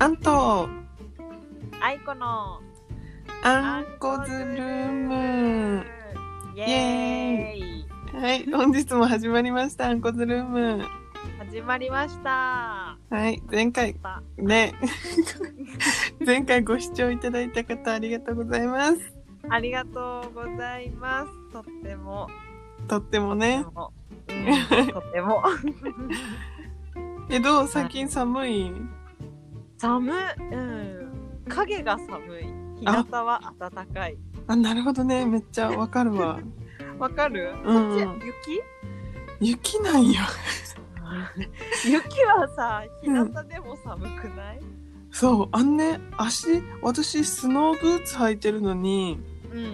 アンとアイコのアンコズルームイエーイはい本日も始まりましたアンコズルーム始まりましたはい前回ま ね前回ご視聴いただいた方ありがとうございますたありがとうございますとってもとってもとねっても、うんとってもえどう最近寒い寒いうん影が寒い日向は暖かいあなるほどねめっちゃわかる わわかる、うんこっち雪 雪なんよ雪はさ日向でも寒くない、そうあんね足私スノーブーツ履いてるのにうん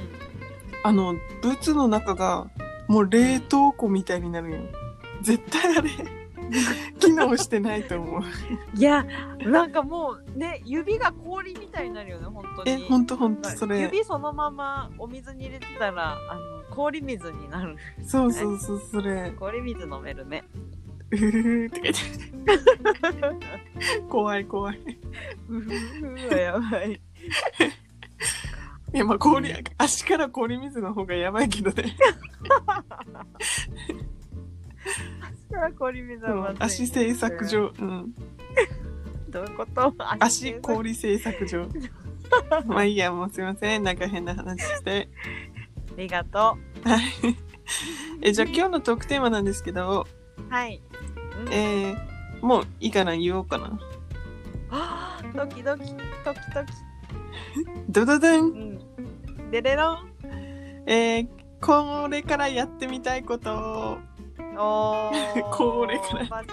あのブーツの中がもう冷凍庫みたいになるよ絶対あ れ機能してないと思ういやなんかもうね指が氷みたいになるよね本当にえほんとほんとそれ指そのままお水に入れてたらあの氷水になるそうそうそうそれ 氷水飲めるねうふふって書いてある怖い怖いうーわやばいいやまあ氷足から氷水の方がやばいけど ねそれは氷水はまずい 足製作上、うん、どういうこと足氷製作上 まあいいやもうすいませんなんか変な話してありがとはいえじゃあ今日のトークテーマなんですけどうはい、うん、えーもういいかな言おうかなあードキドキドキドキドドドンうんでれろんえーこれからやってみたいことおー これからパチ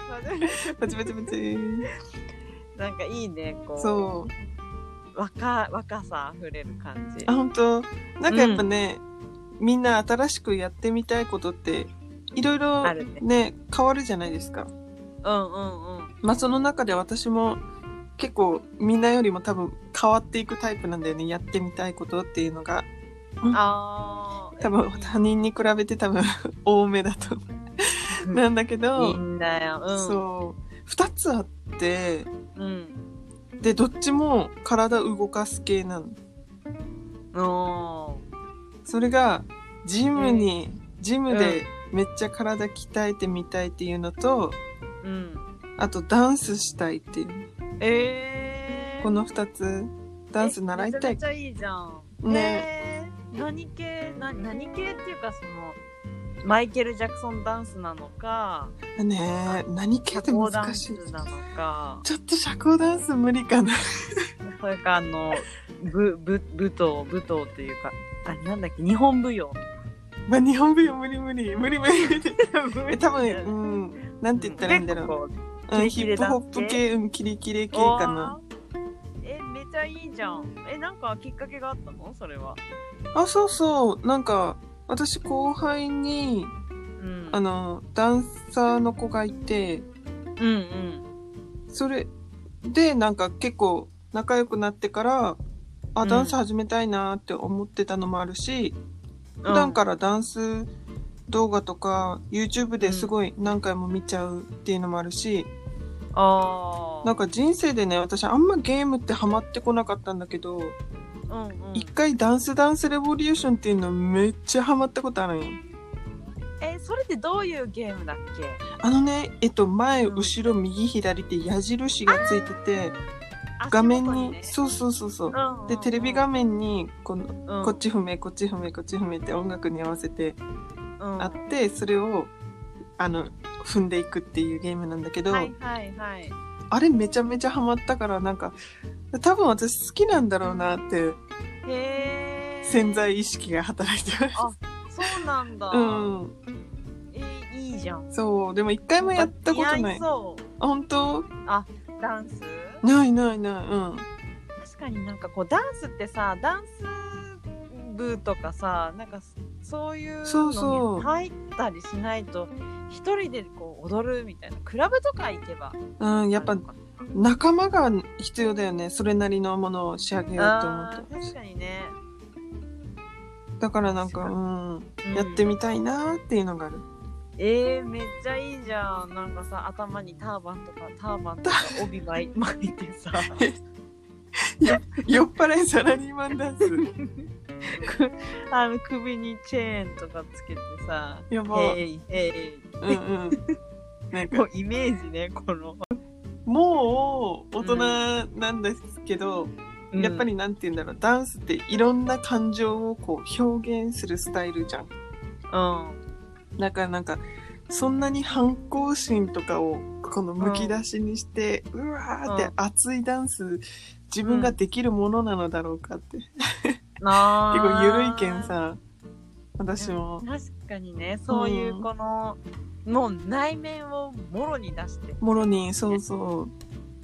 パチバチバチバチなんかいいねこうそう若若さあふれる感じあ本当なんかやっぱね、みんな新しくやってみたいことっていろいろあねるね変わるじゃないですか。うんうんうんまあその中で私も結構みんなよりも多分変わっていくタイプなんだよねやってみたいことっていうのがあー多分他人に比べて多分 多めだと思う うんなんだけいいど、んだよ、うん、そう2つあってうん。でどっちも体動かす系なの。おそれがジムに、ジムでめっちゃ体鍛えてみたいっていうのと、ーうん。あとダンスしたいっていうえー。この2つダンス習いたいえめちゃめちゃいいじゃん。ねね。えー、何系な何系っていうかそのマイケル・ジャクソンダンスなのか、ねえ何系って社交ダ難ンしスいなのか、ちょっと社交ダンス無理かな それかあのぶぶ舞踏舞踏っていうか。あなんだっけ日本舞踊まあ日本舞踊無理無理無理無 理無理え 多分っうんなんて言ったらいいんだろう、ううんキレヒキッレプダホッンス系プ系うんキレキレ系かなえめちゃいいじゃんえなんかきっかけがあったのそれはあそうそうなんか私後輩にうんあのダンサーの子がいてうんうんそれでなんか結構仲良くなってからあうんダンス始めたいなーって思ってたのもあるし、う普段からダンス動画とか YouTube ですごい何回も見ちゃうっていうのもあるし、ああなんか人生でね私あんまゲームってハマってこなかったんだけどうんうん一、回ダンスダンスレボリューションっていうのめっちゃハマったことあるんよ。えそれってどういうゲームだっけあのねえっと前、うん後ろ右左って矢印がついててあ画面足元に、ねそうそうそうそう。うんうんうんでテレビ画面にこのうんこっち踏めこっち踏めこっち踏めって音楽に合わせてうんあってそれをあの踏んでいくっていうゲームなんだけど、はいはいはいあれめちゃめちゃハマったからなんか多分私好きなんだろうなってへえ潜在意識が働いてます。あそうなんだ、うん、えーいいじゃんそうでも一回もやったこと似合ないいそ本当うダンスないないないうん確かになんかこうダンスってさダンス部とかさなんかそういうそうそのうに入ったりしないと一人でこう踊るみたいなクラブとか行けばうんやっあぱるのかな仲間が必要だよねそれなりのものを仕上げようと思あっー確かにね、ただからなんか確うんうんやってみたいなーっていうのがあるえー、めっちゃいいじゃん。なんかさ、頭にターバンとか、ターバンとか帯巻い巻い てさ、酔っ払いサラリーマンダンス。くあの首にチェーンとかつけてさ、やば。えいえい。うん うん。なんかもうイメージね、この。もう大人なんですけど、やっぱりなんて言うんだろうダンスっていろんな感情をこう表現するスタイルじゃん。うん、だからなんかそんなに反抗心とかをこのむき出しにして、うわーってうん熱いダンス自分ができるものなのだろうかって、結あー構緩いけんさ私も確かにねそういうこの、もう内面をもろに出してもろにそうそう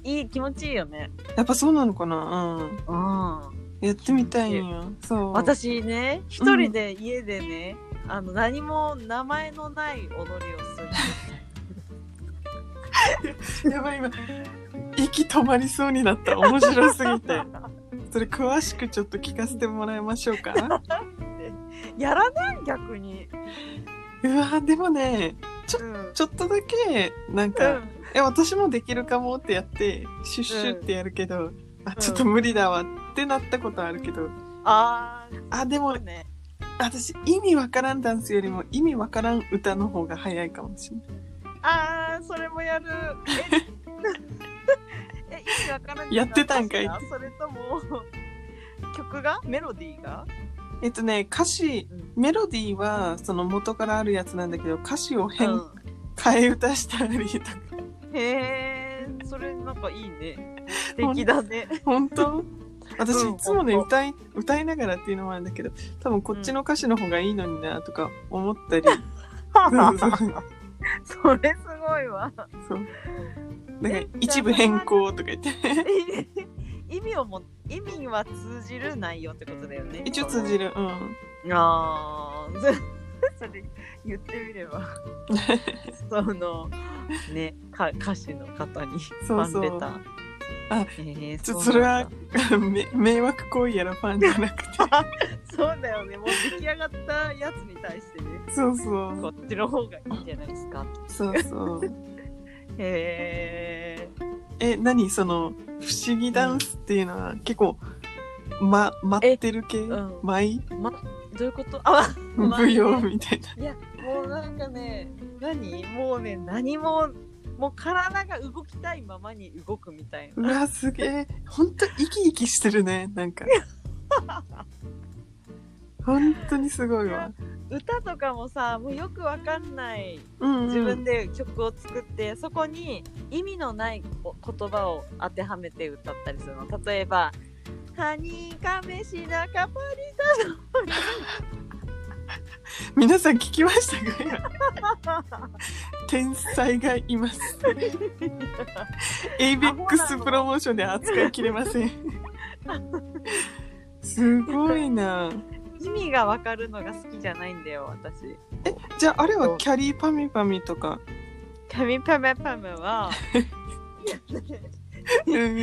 いい気持ちいいよねやっぱそうなのかなうんうんやってみたいんよそう私ね一人で家でね、あの何も名前のない踊りをするやばい今息止まりそうになった面白すぎてそれ詳しくちょっと聞かせてもらいましょうか やらない逆にうわーでもねうんうんちょっとだけなんか、え私もできるかもってやってシュッシュってやるけど、あちょっと無理だわってなったことあるけど、あああでそもうね私意味わからんダンスよりも意味わからん歌の方が早いかもしれないあーそれもやる ええ意味わからんけどやってたんかい歌詞がそれとも 曲がメロディーがえっとね歌詞うんメロディーはその元からあるやつなんだけど歌詞を変、うん替え歌したりとかへえ、それなんかいいね。素敵だ ね。本当私うんいつもね、ほんと歌い歌いながらっていうのもあるんだけど多分こっちの歌詞の方がいいのになとか思ったり、そうそうそうそれすごい わ。そうだから一部変更とか言って意味をも意味は通じる内容ってことだよね。一応通じるうんる。ああ、そ それ言ってみれ ば、そのね、か歌手の方にフそうァそンうレター。あえー、ちょうなんだめ迷惑行為やらファンじゃなくてそうだよねもう出来上がったやつに対してね そうそうこっちの方がいいんじゃないですかそうそうへええ何その不思議ダンスっていうのは結構、ま、待ってる系、うん舞どういうことあ舞舞踊みたいないやもうなんかね何もうね何ももう体が動きたいままに動くみたいうなわすげえほんと生き生きしてるねなん か本当にすごいわ、歌とかもさもうよくわかんないうんうん、自分で曲を作って、そこに意味のないお言葉を当てはめて歌ったりするの例えば「ハニカメシナカパリ 皆さん聞きましたか今タ」天才がいますエイベックスプロモーションで扱いきれませんすごいな意味がわかるのが好きじゃないんだよ私。じゃああれはキャリーパミパミと かカミパメパメはうん、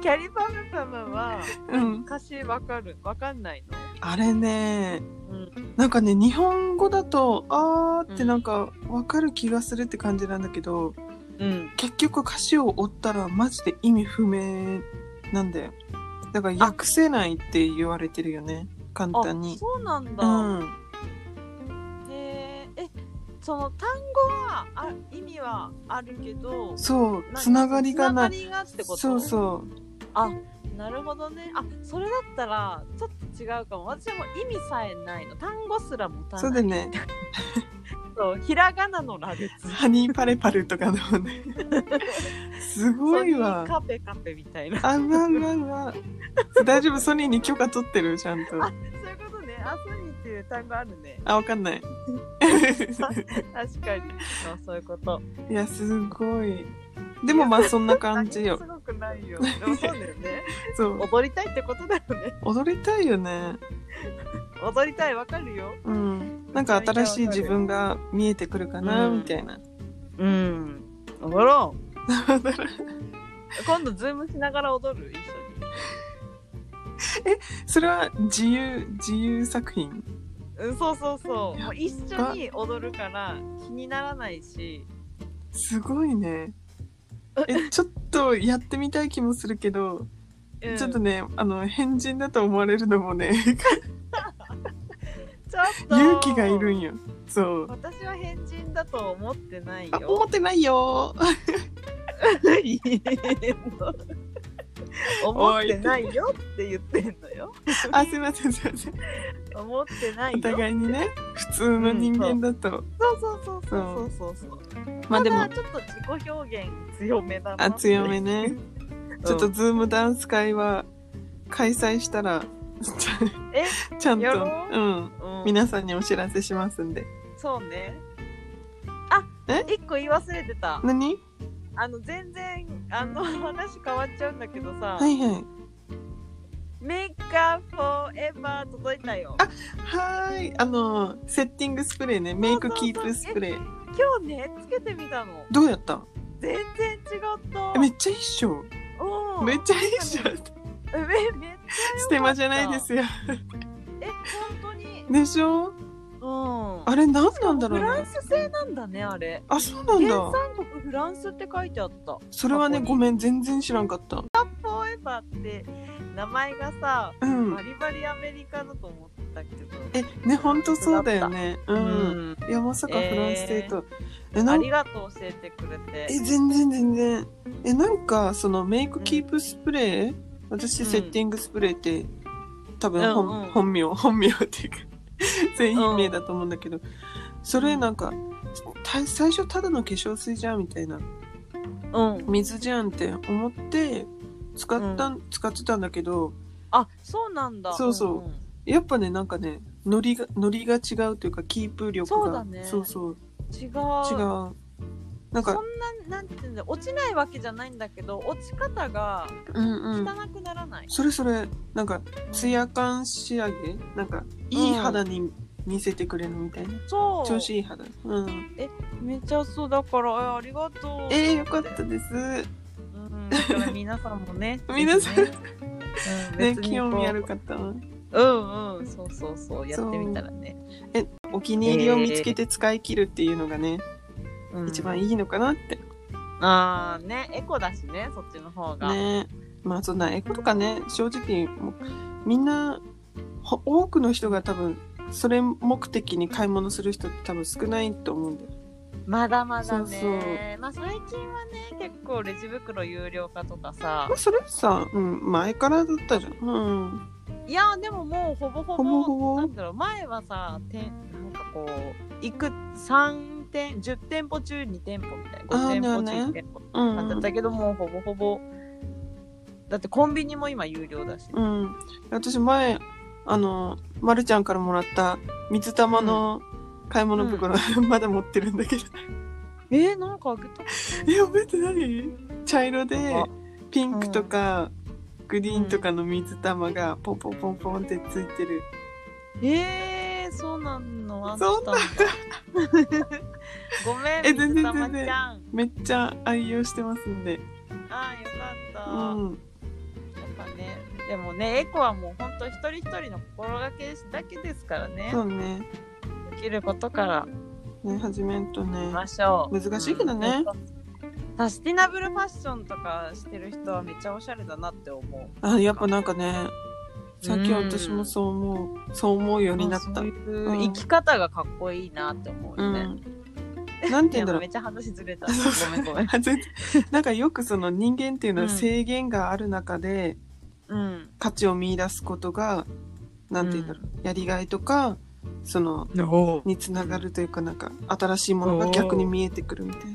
キャリパムパムはうん、歌詞わかるわかんないのあれねうん、なんかね日本語だとあーってなんかわかる気がするって感じなんだけどうん、結局歌詞を追ったらマジで意味不明なんだよだから訳せないって言われてるよね簡単あにそうなんうだ、んへーえその単語はあ意味はあるけどそうつながりがないつながりがってことそうそうあなるほどねあそれだったらちょっと違うかも私はもう意味さえないの単語すら持たないそうだねそうひらがなの羅列ハニーパレパルとかの ねすごいわソニーカペカペみたいな あうわうわうわ大丈夫ソニーに許可取ってるちゃんとあそういうことねあソニーっていう単語あるねあわかん ない確かにそうそういうこといやすごいでもまあそんな感じよ 何もすごくないよ。でもそうだよね。そう踊りたいってことだよね。踊りたいよね踊りたいわかるよ。うんなんか新しい自分が見えてくるかなうんみたいな うん。踊ろう。今度ズームしながら踊る一緒に。それは自由自由作品うん、そうそうそうもう一緒に踊るから気にならないしすごいねえちょっとやってみたい気もするけど、うんちょっとねあの変人だと思われるのもねちょっと勇気がいるんよそう私は変人だと思ってないあよ思ってないよー 思ってないよって言ってんのよあすいませんすいません思ってないよお互いにね普通の人間だと、そうそうそうそうそうそうまあでもただちょっと自己表現強めだなあ強めねうんちょっとズームダンス会は開催したらちえゃ ちゃんとやろううんうん皆さんにお知らせしますんでそうねあえ一個言い忘れてた何あの全然あの 話変わっちゃうんだけどさはいはいメイカーフォーエバー届いたよはーいあのセッティングスプレーねメイクキープスプレー今日ねつけてみたのどうやった全然違ったえめっちゃ一緒おーめっちゃ一 緒えめめっステマじゃないですよえ本当にでしょうんあれ何なんだろうフラねンス製なんだねあれあそうなん原だ産国フランスって書いてあったそれはねこごこめん全然知らんかったフォーエバーって名前がさうんバリバリアメリカだと思ってたけどえねほんとそうだよねううんんいやまさかフランス製とえなあんりがとう教えてくれてえ全然全然えなんかそのメイクキープスプレー私うんセッティングスプレーって多分うん本,、うん本名本名っていうか 全品名だと思うんだけど、それなんかた最初ただの化粧水じゃんみたいなうん水じゃんって思って使った、ん、使ってたんだけどあそうなんだそうそうんんやっぱねなんかねノリがノリが違うというかキープ力がそうだねそうそう違違う違ううなんそかんななんていうんだ落ちないわけじゃないんだけど落ち方がうんうん汚くならない、それそれなんかツヤ感仕上げなんかいい肌に見せてくれるみたいな、そう調子いい肌うんめちゃそうだからあありがとうえー、よかったですうん、だから皆さんもね 皆さんぜひね,、うねん、別にこ興う味ある方はうんうんそうそうそうやってみたらね、お気に入りを見つけて使い切るっていうのがね、うん一番いいのかなってああねエコだしねそっちの方が、ねまあそんなエコとかね正直もうみんなほ多くの人が多分それ目的に買い物する人って多分少ないと思うんだよまだまだねそうそうまあ最近はね結構レジ袋有料化とかさまあそれさ、うん、前からだったじゃんうんいやでももうほぼほぼほぼほぼなんだろう前はさてなんかこういく3店10店舗中2店舗みたいなあー5店舗ね中1店舗うんだったけどもうほぼほぼだってコンビニも今有料だし、うん、私前あの、ま、るちゃんからもらった水玉の買い物袋、まだ持ってるんだけど えー、なんかあげたえ覚えてない茶色であピンクとか、グリーンとかの水玉がポンポンポンポンってついてる、えー、そうなんのあったそんんだ ごめんえ全然水玉ち全ゃんめっちゃ愛用してますんで、あーようかん、った、やっぱねでもねエコはもう本当一人一人の心がけだけですからねそうねできることからね始めんとねいきましょう難しいけどねうんサスティナブルファッションとかしてる人はめっちゃおしゃれだなって思うあやっぱなんかねさっき私もそう思う、そう思うようになっまあたうそういううん生き方がかっこいいなって思うよね、んなんて言うんだろうめっちゃ話ずれた。あごそうそうめんごめん。あ 全然なんかよくその人間っていうのはうん制限がある中でうん。価値を見出すことがなんて言うんだろう、やりがいとかそのおにつながるというかなんか新しいものが逆に見えてくるみたい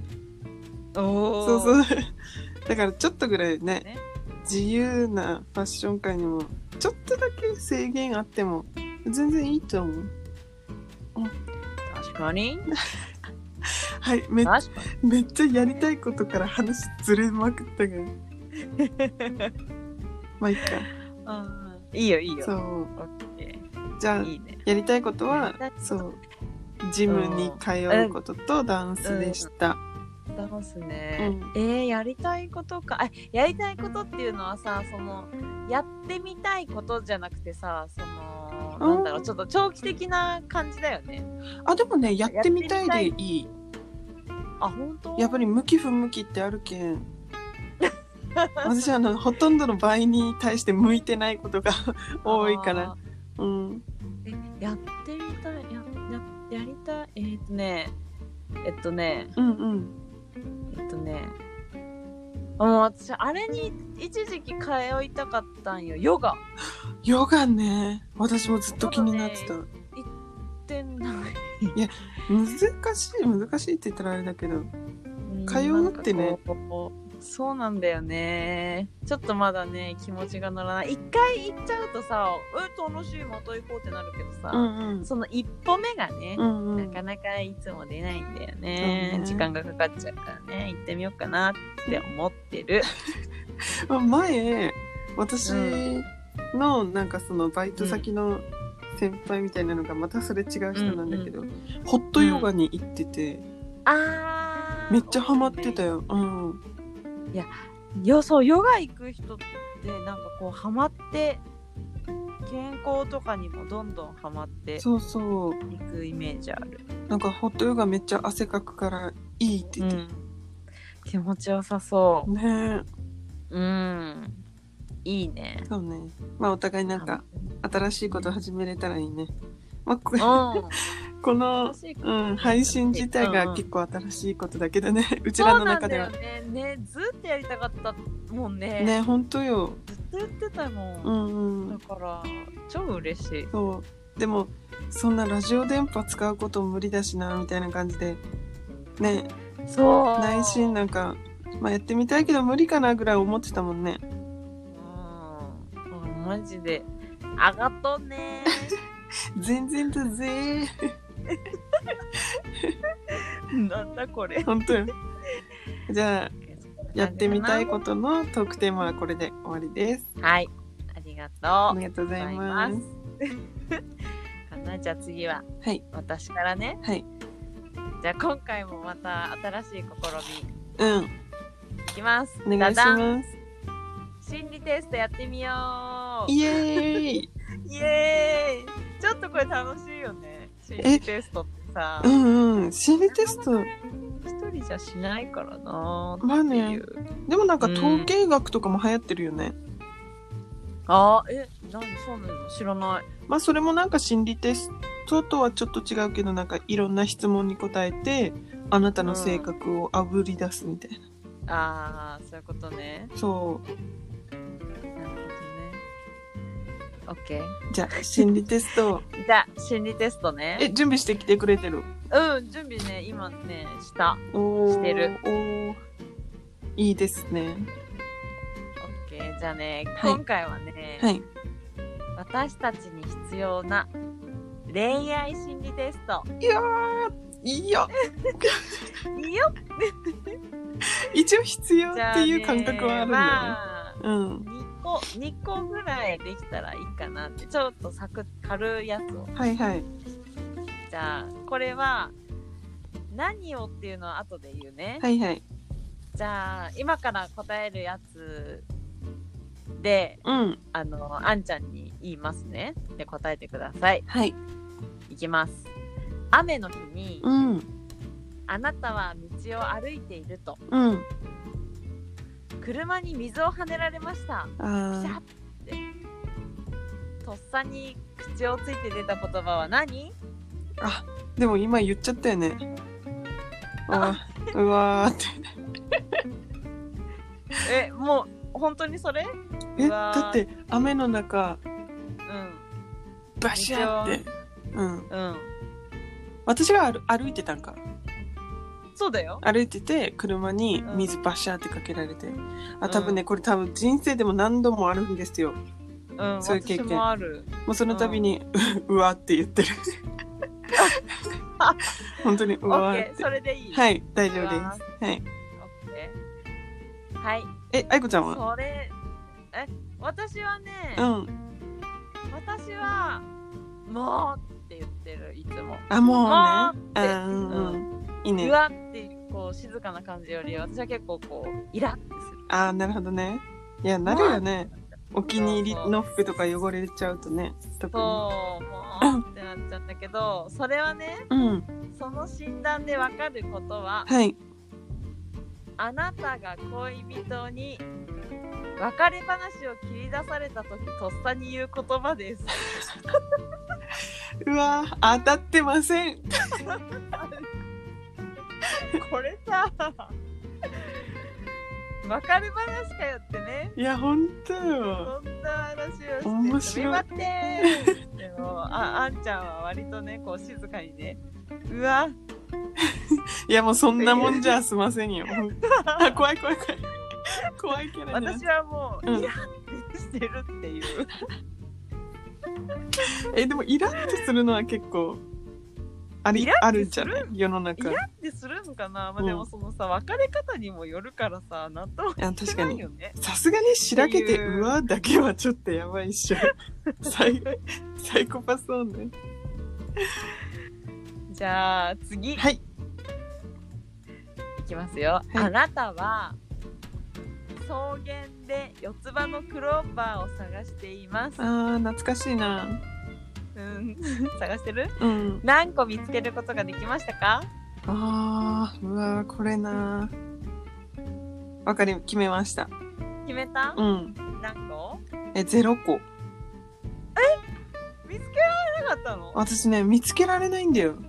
なお。そうそうう だからちょっとぐらいねね自由なファッション界にもちょっとだけ制限あっても全然いいと思う確かに。はいめ確かめっちゃやりたいことから話ずれまくったけどに。まあいいかうんいいよいいよ。そうオッケじゃあーいいね。やりたいことやはりたいことそうジムに通うこととダンスでした、ダンスね。うんえー、やりたいことか。あ、やりたいことっていうのはさ、そのやってみたいことじゃなくてさ、そののなんだろうちょっと長期的な感じだよねあでもねやってみたいでいいあ本当やっぱり向き不向きってあるけん私あのほとんどの倍に対して向いてないことが 多いからあうんーえやってみたいやややりたいえーっ、とねえっとねうんうんえっとねもう私あれに一時期通いたかったんよヨガヨガね私もずっと気になってた、ってない難しい難しいって言ったらあれだけど通うってねなんかこうそうなんだよねちょっとまだね気持ちが乗らない一回行っちゃうとさうん楽しいまた行こうってなるけどさ、うんうんその一歩目がねう、んうなんかなかいつも出ないんだよそうねね時間がかかっちゃうからね行ってみようかなって思ってるあ前私うのなんかそのバイト先の先輩みたいなのがまたそれ違う人なんだけど、ホットヨガに行ってて、あーめっちゃハマってたよ、うん、いやそうヨガ行く人ってなんかこうハマって健康とかにもどんどんハマってそうそういくイメージあるなんかホットヨガめっちゃ汗かくからいいって言って、気持ちよさそねううんいいねえそうねまあお互いなんか新しいこと始めれたらいいね、まあ、こうんこの楽、しいことうん、配信自体うんうがん結構新しいことだけどね うちそうらのなん中だでよはねねずっとやりたかったもんねね本当よずっとやってたうもん、んうんだから超嬉しいそうでもそんなラジオ電波使うことも無理だしなみたいな感じでねそう内心なんか、まあ、やってみたいけど無理かなぐらい思ってたもんねうんマジで上がっとんね全然だぜー なんだこ れ本当よじゃあやってみたいことのトークテーマはこれで終わりですはいありがあとうりがとうございます かなじゃあ次ははい私からねはいじゃあ今回もまた新しい試うんみいきますお願いしダダンます心理テストやってみようイエーイイエーイちょっとこれ楽しいよね心理テストってさうんうん心理テスト一人じゃしないからなまあっていねう、でもなんか統計学とかも流行ってるよね、あーえ何そうなの知らないまあそれもなんか心理テストとはちょっと違うけどなんかいろんな質問に答えてあなたの性格をあぶり出すみたいな、ああそういうことねそうなるほどねオッケーじゃあ心理テスト をじゃあ心理テストねえ準備してきてくれてるうん準備ね今ねしたおーしてるおーいいですねオッケーじゃあね、はい今回はね、はい私たちに必要な恋愛心理テストいやーいいよいいよ一応必要っじゃあてねいう感覚はあるんだよね、まあうん2個2個ぐらいできたらいいかなってちょっとサクッ軽いやつをはいはいじゃあこれは何をっていうのは後で言うね、はいはいじゃあ今から答えるやつでうんあのあんちゃんに言いますねで答えてくださいはいいきます雨の日にうんあなたは道を歩いているとうん車に水をはねられましたピシャあってとっさに口をついて出た言葉は何ーあでも今言っちゃったよねあうわーってえもう本当にそれえうわーだって雨の中うんバシャって、うん、うん私が歩歩いてたんかそうだよ歩いてて車に水バシャってかけられて、あ多分ねこれ多分人生でも何度もあるんですようんそういう経験私もあるもうその度に、ううわーって言 ってる本当にうオわッーケっーてそれでいいはい大丈夫うわですはいオッケーはいえ愛子ちゃんはそれえ私はね、うん私はもうって言ってるいつも、あもうねわあーーうんうんいいうねわっていうこう静かな感じより私は結構こうイラってするあーなるほどねいやなるよねお気に入りの服とか汚れちゃうとね特にそうもうってなっちゃったけどそれはねうんその診断でわかることははいあなたが恋人に別れ話を切り出された時とっさに言う言葉ですうわー当たってません これさ別れ話かよってねいや本当よそんな話をして面白いすみませんでもああんちゃんは割とねこう静かにねうわいやもうそんなもんじゃ済ません よあ怖い怖い怖い怖いキャラになっ私はもう、うんいやってしてるっ ていうえでもイラッとするのは結構ありイラッとするあるんじゃない世の中イいラってするのかな、まあ、うんでもそのさ別れ方にもよるからさ納豆や確かないによねさすがにしらけってていううわだけはちょっとやばいっし ょサイサイコパスそうねじゃあ次いはいきますよ、あなたは草原で四つ葉のクローバーを探していますあー懐かしいなうん 探してるうん何個見つけることができましたかあーうわーこれなわかり決めました決めた、うん何個えゼロ個見つけられなかったの私ね見つけられないんだよ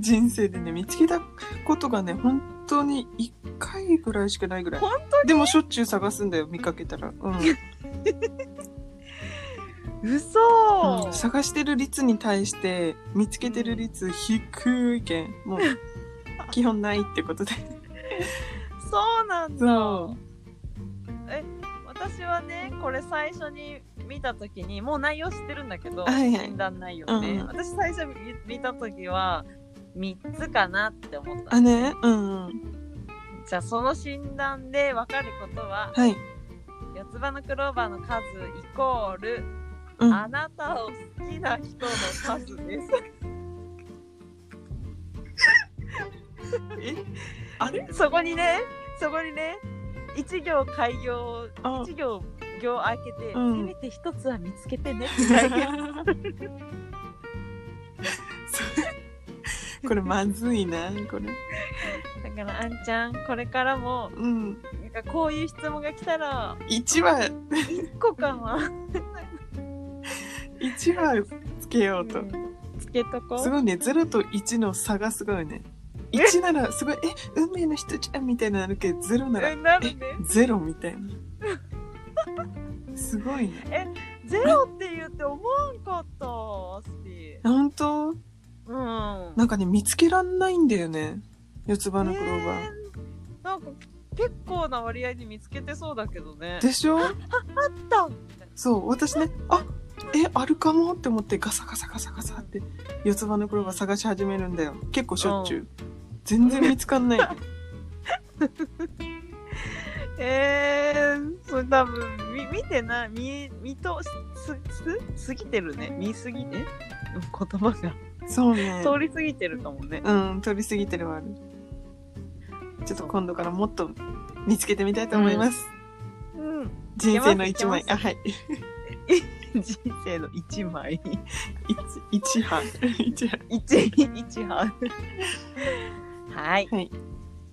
人生でね見つけたことがね本当に1回ぐらいしかないぐらい本当でもしょっちゅう探すんだよ見かけたら、うんに嘘、うん探してる率に対して見つけてる率低いけんもう基本ないってことでそうなんだそ私はねこれ最初に見た時にもう内容知ってるんだけど、はいはい診断内容ね、うんうん私最初見見た時は3つかなって思ったあねうんうんじゃあその診断で分かることははい、四つ葉のクローバーの数イコール、うん、あなたを好きな人の数ですえあれ そこにねそこにね一行開業あ一行行開けて、うんせめて一つは見つけてねって 書いてある これ まずいなこれだからあんちゃんこれからもうんなんかこういう質問が来たら1は1個かな1はつけようと、つけとこすうごいね0と1の差がすごいね1ならすごいえ運命の人じゃんみたいなのあるけど0ならえなるねゼロみたいなすごいねゼロって言って思わんかったアスピー本当うんなんかね見つけらんないんだよね四つ葉のクローバー、ねえなんか結構な割合で見つけてそうだけどねでしょだそう私ねあえあるかもって思ってガサガサガサガサって四つ葉のクローバー探し始めるんだよ結構しょっちゅう、全然見つかん ないえー、それ多分見見てない見見とすす過ぎてるね見すぎて言葉がそうね通り過ぎてるかもねうん通り過ぎてるはあるちょっと今度からもっと見つけてみたいと思います、うん人生の一い枚けあまはい 人生の一枚 一一班 一班一 一半ははい、いこん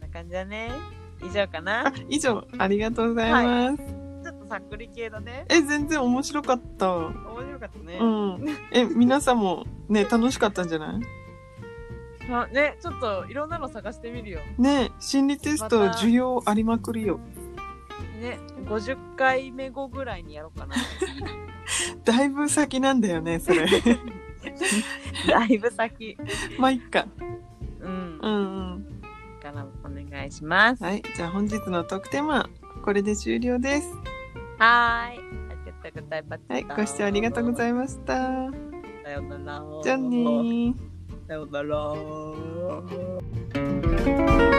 な感じだね以上かあな以上ありがとうございます、ちょっとさっくり系だねえ全然面白かったう面白かったね、んえ皆さんもね楽しかったんじゃないあねちょっといろんなの探してみるよね心理テストまた需要ありまくりよね50回目後ぐらいにやろ うかなだいぶ先なんだよねそれだいぶ先まあいっかうんうんうんからお願いしますははいじゃあ本日の特典はこれで終了ですーいありがとうございましたはいご視聴ありがとうございましたすさようならじゃあねーさようなら